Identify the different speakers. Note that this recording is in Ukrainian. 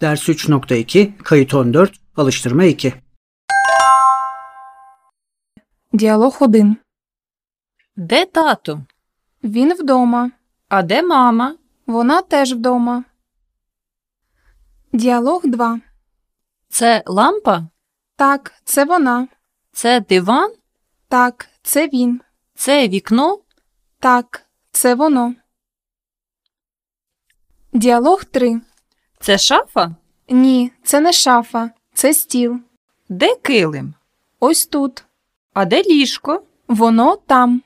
Speaker 1: Ders 3.2, kayıt 14, alıştırma 2.
Speaker 2: Діалог 1.
Speaker 3: Де тато?
Speaker 2: Він вдома.
Speaker 3: А де мама?
Speaker 2: Вона теж вдома. Діалог 2.
Speaker 3: Це лампа?
Speaker 2: Так, це вона.
Speaker 3: Це диван?
Speaker 2: Так, це він.
Speaker 3: Це вікно?
Speaker 2: Так, це воно. Діалог 3.
Speaker 3: Це шафа?
Speaker 2: Ні, це не шафа, це стіл.
Speaker 3: Де килим?
Speaker 2: Ось тут.
Speaker 3: А де ліжко?
Speaker 2: Воно там.